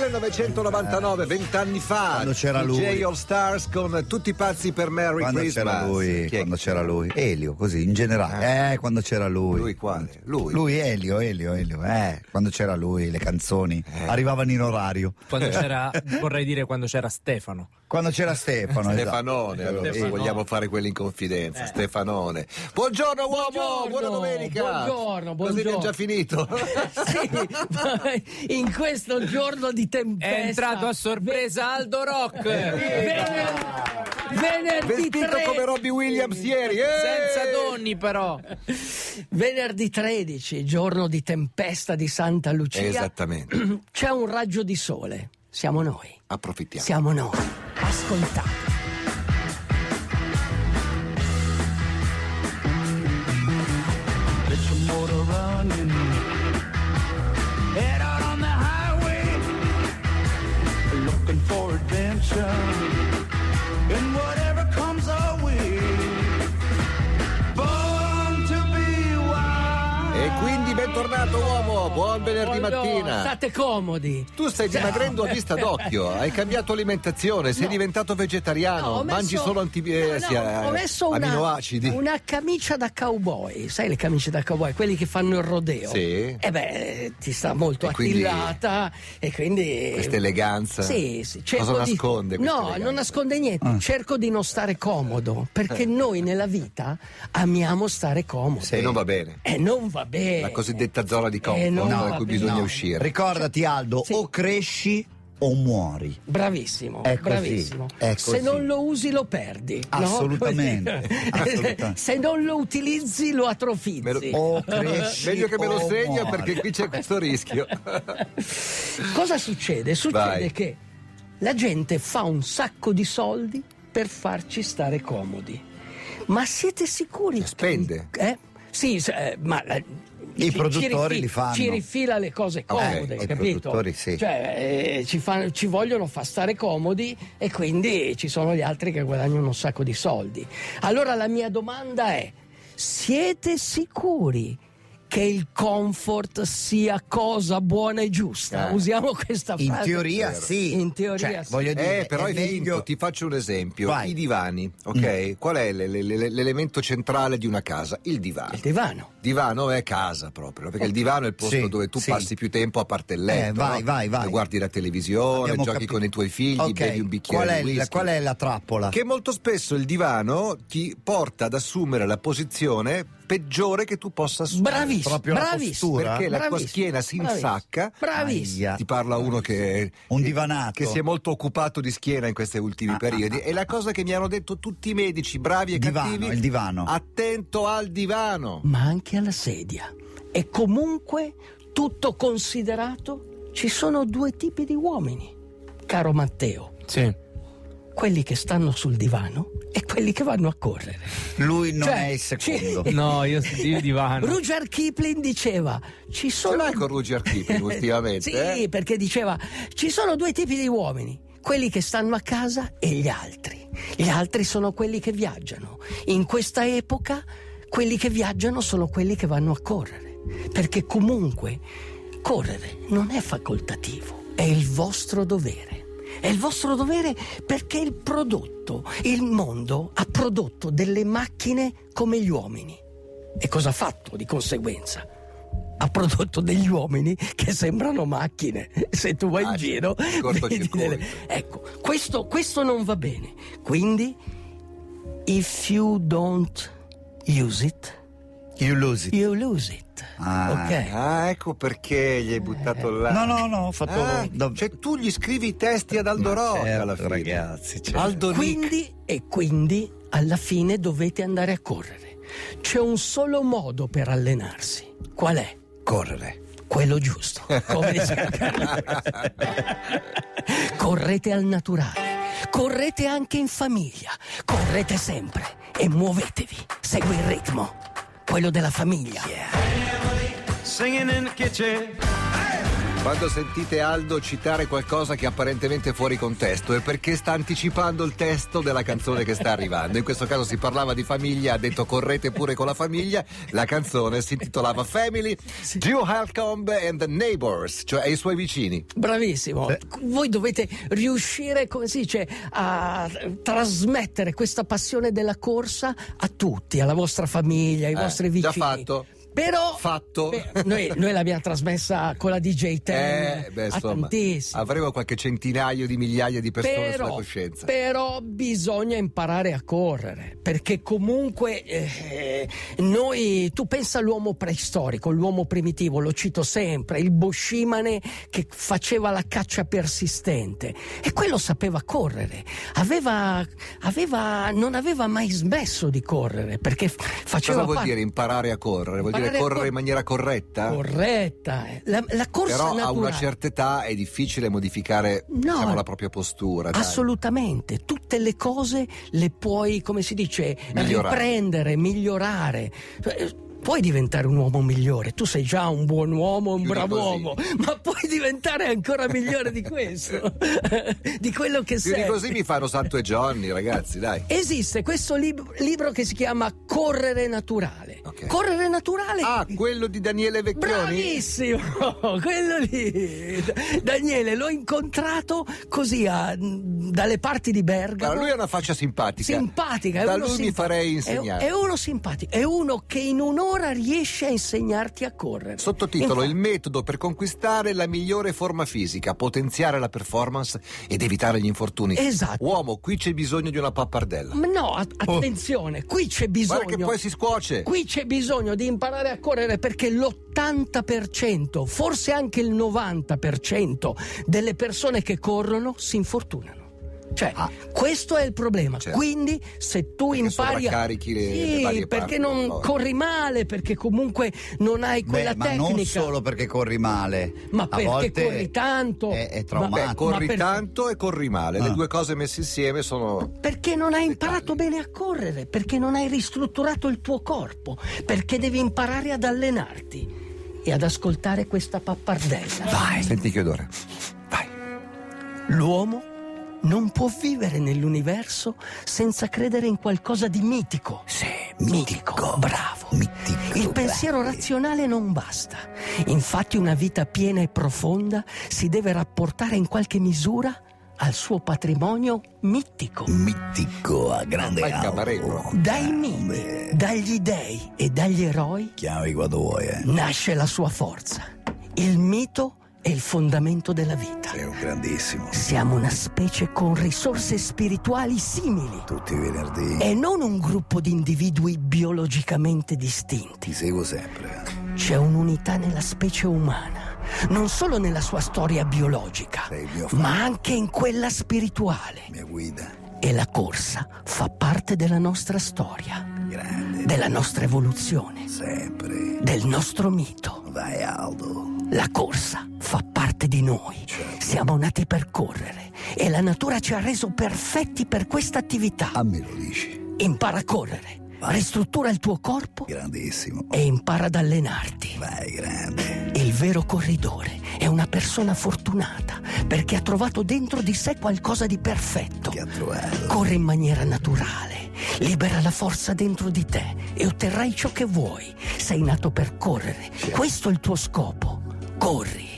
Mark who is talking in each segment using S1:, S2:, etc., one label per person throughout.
S1: 1999, vent'anni fa.
S2: Quando c'era
S1: DJ
S2: lui.
S1: All Stars con Tutti pazzi per Merry
S2: Quando
S1: Christmas.
S2: c'era lui,
S1: Chi è? Ah.
S2: quando c'era lui, Elio, così in generale, eh, quando c'era lui.
S1: Lui quale? Lui.
S2: Lui, Elio, Elio, Elio, eh, quando c'era lui, le canzoni
S1: Eh.
S2: arrivavano in orario.
S3: Quando c'era, vorrei dire quando c'era Stefano.
S2: Quando c'era Stefano, esatto.
S1: Stefanone, allora, se
S3: Stefanone.
S1: vogliamo fare quello in confidenza.
S3: Eh.
S1: Stefanone. Buongiorno uomo,
S3: Buongiorno,
S1: buona domenica.
S4: buongiorno,
S1: Così ne è
S4: buongiorno.
S1: già finito.
S4: Sì, in questo giorno di tempesta. Eh,
S3: È entrato a sorpresa Aldo Rock. Eh,
S4: Vener- Venerdì
S1: Vestito
S4: 13
S1: come Robbie Williams ieri. eh!
S3: Senza donni però.
S4: Venerdì 13, giorno di tempesta di Santa Lucia.
S1: Esattamente.
S4: C'è un raggio di sole. Siamo noi.
S1: Approfittiamo.
S4: Siamo noi. Ascoltate.
S5: Let your motor running. Head out on the highway, looking for adventure. And whatever comes our way, born to be wild.
S1: E quindi bentornato uomo, buon venerdì
S4: Buongiorno,
S1: mattina.
S4: State comodi.
S1: Tu stai dimagrendo a vista d'occhio, hai cambiato alimentazione, sei diventato vegetariano,
S4: No, ho messo-
S1: mangi solo anti- eh,
S4: no,
S1: sì,
S4: no,
S1: eh,
S4: ho messo una,
S1: aminoacidi.
S4: una camicia da cowboy, sai le camicie da cowboy, quelli che fanno il rodeo.
S1: Sì.
S4: E beh, ti sta molto
S1: E quindi-
S4: attillata e quindi
S1: Questa eleganza.
S4: Sì, sì, cerco
S1: Cosa
S4: di-
S1: nasconde questa
S4: No,
S1: eleganza?
S4: non nasconde niente, cerco di non stare comodo,
S1: Eh.
S4: perché noi nella vita amiamo stare comodi.
S1: E non va bene.
S4: E non va bene.
S1: La cosiddetta zona di
S4: Eh,
S1: comfort
S4: non
S1: no,
S4: va
S1: da cui
S4: bene.
S1: bisogna
S4: No.
S1: uscire.
S2: Ricordati Aldo,
S4: Sì.
S2: o cresci o muori.
S4: Bravissimo,
S2: È così,
S4: bravissimo.
S2: è
S4: Se
S2: così.
S4: non lo usi lo perdi. no?
S2: Assolutamente,
S4: Come dire.
S2: assolutamente. Oh,
S4: Se non lo utilizzi lo
S1: Me lo-
S4: atrofizzi.
S2: O cresci oh,
S1: Meglio che me lo
S2: o
S1: segno
S2: muori.
S1: perché qui c'è questo rischio.
S4: Cosa succede? Succede
S1: Vai.
S4: che la gente fa un sacco di soldi per farci stare comodi. Ma siete sicuri?
S1: Cioè, spende.
S4: che- eh? Sì, s- eh, ma la- ci-
S2: produttori
S4: ci
S2: li fanno.
S4: Ci rifila le cose comode,
S2: i
S4: capito?
S2: produttori sì.
S4: Cioè, eh, ci, fanno- ci vogliono far stare comodi e quindi ci sono gli altri che guadagnano un sacco di soldi. Allora la mia domanda è: siete sicuri? Che il comfort sia cosa buona e giusta.
S1: Eh.
S4: Usiamo questa
S2: In
S4: frase.
S2: teoria sì.
S4: In teoria
S2: Cioè,
S4: sì.
S2: voglio dire,
S1: Eh, però è,
S2: è
S1: finto.
S2: meglio...
S1: Ti faccio un esempio:
S2: Vai. Mm.
S1: i divani, ok? Qual è le- le- le- l'elemento centrale di una casa? Il divano.
S4: Il divano.
S1: Divano è casa proprio, perché il divano è il posto
S2: Sì,
S1: dove tu
S2: sì.
S1: passi più tempo a parte il letto.
S2: Eh, vai,
S1: no?
S2: vai, vai.
S1: Guardi la televisione,
S2: Abbiamo
S1: giochi
S2: capito.
S1: con i tuoi figli,
S2: Ok,
S1: bevi un bicchiere
S2: qual è,
S1: di
S2: il-
S1: whisky.
S2: qual è la trappola?
S1: Che molto spesso il divano ti porta ad assumere la posizione peggiore che tu possa assumere.
S4: Bravissimo.
S2: Proprio la
S4: bravissimo.
S2: postura?
S1: Perché la tua
S4: Bravissimo,
S1: schiena si
S4: bravissimo,
S1: insacca.
S4: Bravissimo.
S2: Aia.
S1: Ti parla uno che,
S2: Un divanato.
S1: che si è molto occupato di schiena in questi ultimi
S2: Ah,
S1: periodi. E la cosa che mi hanno detto tutti i medici, bravi e
S2: Divano,
S1: cattivi:
S2: il divano.
S1: Attento al divano.
S4: Ma anche alla sedia. E comunque, tutto considerato, ci sono due tipi di uomini, caro Matteo.
S3: Sì.
S4: Quelli che stanno sul divano e quelli che vanno a correre.
S2: Lui non
S4: Cioè,
S2: è il secondo.
S4: ci-
S3: Ah, No, io io divano.
S4: Rudyard Kipling diceva: Ci sono.
S1: l'hai con Rudyard Kipling ultimamente,
S4: sì,
S1: eh?
S4: perché diceva: Ci sono due tipi di uomini, quelli che stanno a casa e gli altri. Gli altri sono quelli che viaggiano. In questa epoca, quelli che viaggiano sono quelli che vanno a correre. Perché comunque correre non è facoltativo, è il vostro dovere. È il vostro dovere perché il prodotto, il mondo ha prodotto delle macchine come gli uomini. E cosa ha fatto di conseguenza? Ha prodotto degli uomini che sembrano macchine. Se tu vai
S1: Ah,
S4: in
S1: sì,
S4: giro, vedi
S1: cortocircuito.
S4: delle- ecco, questo, questo non va bene. Quindi, if you don't use it,
S2: You lose it.
S4: you lose it.
S2: Ah.
S4: Ok.
S1: Ah, ecco perché gli hai buttato là.
S2: No, no, no, ho fatto...
S1: Ah,
S2: da-
S1: cioè tu gli scrivi i testi ad Aldo Rock
S2: certo,
S1: alla fine.
S2: ragazzi, certo.
S1: Aldo Nick.
S4: Quindi, e quindi alla fine dovete andare a correre. C'è un solo modo per allenarsi. Qual è?
S1: correre.
S4: Quello giusto. Come dice- Correte al naturale. Correte anche in famiglia. Correte sempre e muovetevi. Segui il ritmo. Quello della famiglia.
S5: Singing in the kitchen.
S1: Quando sentite Aldo citare qualcosa che è apparentemente fuori contesto è perché sta anticipando il testo della canzone che sta arrivando. In questo caso si parlava di famiglia, ha detto correte pure con la famiglia. La canzone si intitolava Family, Gio Halcomb and the Neighbors, cioè i suoi vicini.
S4: Bravissimo,
S1: Eh.
S2: Beh.
S4: voi dovete riuscire, come si dice, a trasmettere questa passione della corsa a tutti, alla vostra famiglia, ai
S1: Eh,
S4: vostri
S1: già
S4: vicini.
S1: fatto.
S4: Però
S1: Fatto.
S4: Beh, noi, noi l'abbiamo trasmessa con la DJ Ten
S1: Eh, beh,
S4: a
S1: insomma,
S4: tantissimi.
S1: avremo qualche centinaio di migliaia di persone sulla
S4: Però,
S1: coscienza.
S4: però bisogna imparare a correre perché comunque eh, noi tu pensa all'uomo preistorico, l'uomo primitivo, lo cito sempre, il boscimane che faceva la caccia persistente e quello sapeva correre, aveva, aveva- non aveva mai smesso di correre perché f- faceva
S1: Cosa vuol
S4: parte-
S1: dire imparare a correre? Vuol dire
S4: Imparare a
S1: correre
S4: cor-
S1: in maniera corretta?
S4: corretta, eh. la, la corsa
S1: Però a una
S4: naturale.
S1: certa età è difficile modificare diciamo, la propria postura. dai.
S4: Assolutamente, tutte le cose le puoi, come si dice,
S1: Migliorare.
S4: riprendere, migliorare. Eh, Puoi diventare un uomo migliore, tu sei già un buon uomo, un
S1: Chiudi
S4: bravo
S1: così.
S4: uomo, ma puoi diventare ancora migliore di questo, di quello che
S1: Più di
S4: sei.
S1: così mi fanno Santo e Giorni, ragazzi, dai.
S4: Esiste questo lib- libro che si chiama Correre Naturale.
S1: Ok.
S4: Correre Naturale
S1: Ah, quello di Daniele Vecchioni?
S4: Bravissimo, quello lì. Daniele, l'ho incontrato così a- dalle parti di Bergamo.
S1: Allora, lui ha una faccia simpatica.
S4: Simpatica, è
S1: Da
S4: uno
S1: lui mi
S4: simpa-
S1: farei
S4: È,
S1: insegnare.
S4: è uno simpatico, è uno che in un'ora riesce a insegnarti a correre.
S1: Sottotitolo:
S4: Infatti-
S1: Il metodo per conquistare la migliore forma fisica, potenziare la performance ed evitare gli infortuni.
S4: Esatto.
S1: Uomo, qui c'è bisogno di una pappardella.
S4: Ma No, a- attenzione, qui c'è bisogno.
S1: Guarda che poi si scuoce.
S4: Qui c'è bisogno di imparare a correre perché l'80%, forse anche il 90% delle persone che corrono si infortunano. Cioè,
S1: Ah.
S4: questo è il problema.
S1: Certo.
S4: Quindi, se tu
S1: Perché
S4: impari a.
S1: sovraccarichi le- le
S4: Sì,
S1: varie
S4: perché
S1: parti
S4: non
S1: del corpo.
S4: corri male, perché comunque non hai quella
S2: Beh, ma
S4: tecnica.
S2: non solo perché corri male,
S4: Ma
S2: a
S4: perché
S2: volte
S4: corri tanto?
S2: È, è
S4: Ma-
S1: Beh,
S4: Ma
S2: traumatico.
S1: corri
S4: per-
S1: tanto e corri male. Le
S2: Ah.
S1: due cose messe insieme sono.
S4: Perché non hai
S1: Dettagli.
S4: imparato bene a correre, perché non hai ristrutturato il tuo corpo, perché devi imparare ad allenarti e ad ascoltare questa pappardella. Vai!
S1: Senti che odore. Vai.
S4: L'uomo non può vivere nell'universo senza credere in qualcosa di mitico. Sì, mitico. Bravo.
S2: Mitico,
S4: Il pensiero razionale non basta. Infatti una vita piena e profonda si deve rapportare in qualche misura al suo patrimonio mitico.
S2: Mitico a grande
S1: Ma il cabaret,
S2: auto.
S4: Dai miti,
S2: Beh,
S4: dagli dei e dagli eroi
S2: Chiami quando vuoi, eh.
S4: nasce la sua forza. Il mito è il fondamento della vita.
S2: Sei un grandissimo.
S4: Siamo una specie con risorse spirituali simili
S2: Tutti i venerdì
S4: e non un gruppo di individui biologicamente distinti.
S2: ti seguo sempre.
S4: C'è un'unità nella specie umana, non solo nella sua storia biologica,
S2: Sei il mio fan.
S4: ma anche in quella spirituale.
S2: Mia guida.
S4: E la corsa fa parte della nostra storia,
S2: Grande.
S4: della nostra evoluzione,
S2: Sempre.
S4: del nostro mito.
S2: Vai Aldo.
S4: La corsa fa parte di noi. Siamo nati per correre e la natura ci ha reso perfetti per questa attività.
S2: A me lo dici.
S4: Impara a correre, ristruttura il tuo corpo
S2: Grandissimo.
S4: e impara ad allenarti.
S2: Vai grande.
S4: Il vero corridore è una persona fortunata perché ha trovato dentro di sé qualcosa di perfetto.
S2: Ti ha trovato.
S4: Corre in maniera naturale, libera la forza dentro di te e otterrai ciò che vuoi. Sei nato per correre, questo è il tuo scopo. Corri.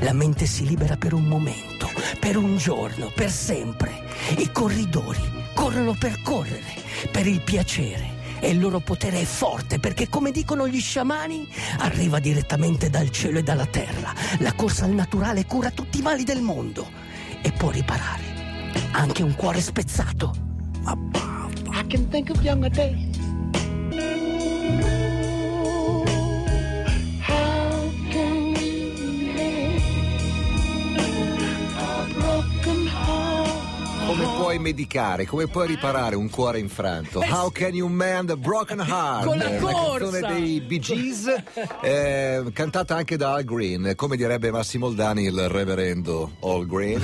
S4: La mente si libera per un momento, per un giorno, per sempre. I corridori corrono per correre, per il piacere. E il loro potere è forte perché, come dicono gli sciamani, arriva direttamente dal cielo e dalla terra. La corsa al naturale cura tutti i mali del mondo e può riparare anche un cuore spezzato.
S6: I can think of younger days. How can we make a broken heart?
S1: Come puoi puoi medicare, come puoi riparare un cuore infranto? How can you mend a broken heart?
S4: Eh Con la
S1: Una
S4: corsa.
S1: canzone dei Bee Gees, eh, cantata anche da Al Green, come direbbe Massimo Oldani, il reverendo Al Green.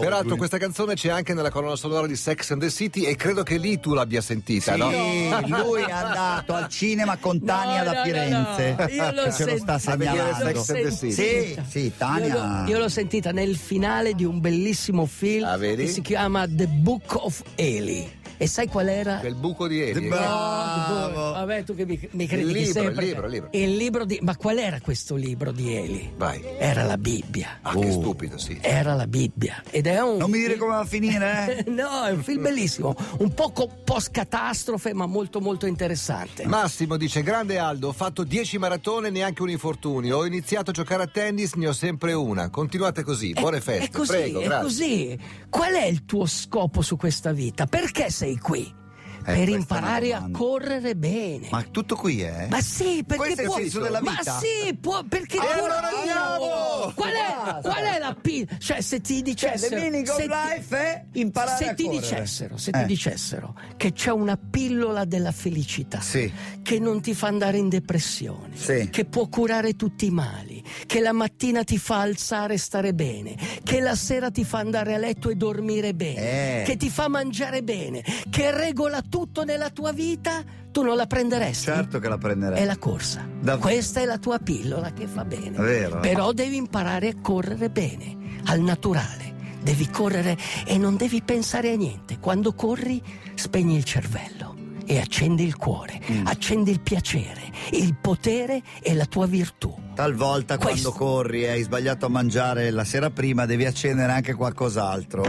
S1: Peraltro questa canzone c'è anche nella colonna sonora di Sex and the City e credo che lì tu l'abbia sentita, no?
S2: Sì, lui è andato al cinema con Tania
S4: No,
S2: da
S4: no, no,
S2: Firenze.
S4: no. Io l'ho
S2: Ce lo sta
S4: sentita.
S1: A vedere
S2: segnalando. Ecco.
S1: Sex and the City.
S2: Sì, sì,
S4: Io
S2: Tania.
S4: l'ho, io l'ho sentita nel finale di un bellissimo film
S1: Ah, vedi?
S4: che si chiama The Book of Eli. E sai qual era?
S1: Quel buco di Eli.
S2: Beh,
S4: Oh,
S2: Bravo.
S4: Vabbè, tu che mi, mi critichi
S1: libro, il
S4: sempre.
S1: libro, il libro.
S4: Il libro di. Ma qual era questo libro di Eli?
S1: Vai.
S4: Era la Bibbia.
S1: Ah, che stupido, sì.
S4: Era la Bibbia. Ed è un.
S2: Non mi dire come va a finire, eh?
S4: No, è un film bellissimo, un poco post-catastrofe, ma molto molto interessante.
S1: Massimo dice: Grande Aldo, ho fatto 10 maratone, neanche un infortunio. Ho iniziato a giocare a tennis, ne ho sempre una. Continuate così, buone feste.
S4: È così,
S1: Prego,
S4: è
S1: grazie.
S4: così. Qual è il tuo scopo su questa vita? Perché sei qui?
S2: Eh, questa è
S4: per
S2: la
S4: imparare a
S2: domanda.
S4: correre bene.
S2: Ma tutto qui, eh?
S4: Ma sì, perché
S2: Questo è il
S4: può-
S2: senso della vita.
S4: Ma sì, può, perché
S2: E
S4: può-
S2: allora andiamo!
S4: Qual è, qual è la P? Cioè, se ti
S2: Cioè,
S4: dicessero
S2: the meaning of
S4: se ti-
S2: life è imparare
S4: se
S2: a
S4: ti
S2: correre.
S4: dicessero, se
S2: Eh.
S4: ti dicessero che c'è una pillola della felicità
S2: Sì.
S4: che non ti fa andare in depressione,
S2: Sì.
S4: che può curare tutti i mali, che la mattina ti fa alzare e stare bene, che la sera ti fa andare a letto e dormire bene,
S2: Eh.
S4: che ti fa mangiare bene, che regola tutto nella tua vita, tu non la prenderesti?
S2: Certo che la prenderei.
S4: È la corsa.
S2: Dav-
S4: Questa è la tua pillola che fa bene.
S2: Vero.
S4: Però devi imparare a correre bene, al naturale. Devi correre e non devi pensare a niente. Quando corri, spegni il cervello e accendi il cuore,
S1: Mm.
S4: accendi il piacere, il potere e la tua virtù.
S2: Talvolta
S4: Questo.
S2: quando corri e hai sbagliato a mangiare la sera prima devi accendere anche qualcos'altro.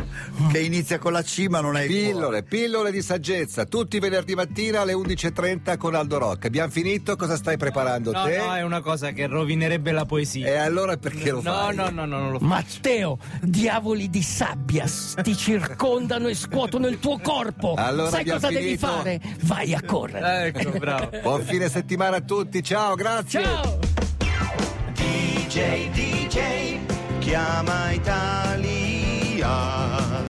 S2: Che inizia con la C ma non è il cuore.
S1: Pillole, pillole di saggezza, tutti i venerdì mattina alle 11.30 con Aldo Rock. Abbiamo finito, cosa stai preparando
S3: No,
S1: te?
S3: no, è una cosa che rovinerebbe la
S1: E
S3: poesia.
S1: allora perché lo
S3: no,
S1: fai?
S3: no, no, no, non lo
S4: Matteo, diavoli di sabbia s- ti circondano e scuotono il tuo corpo.
S1: Allora
S4: Sai
S1: abbiamo
S4: cosa devi
S1: finito. Eh,
S4: fare? Vai a correre.
S3: fai. Ecco, bravo.
S1: Buon fine settimana a tutti, ciao, grazie.
S4: Ciao!
S5: DJ, DJ, chiama Italia.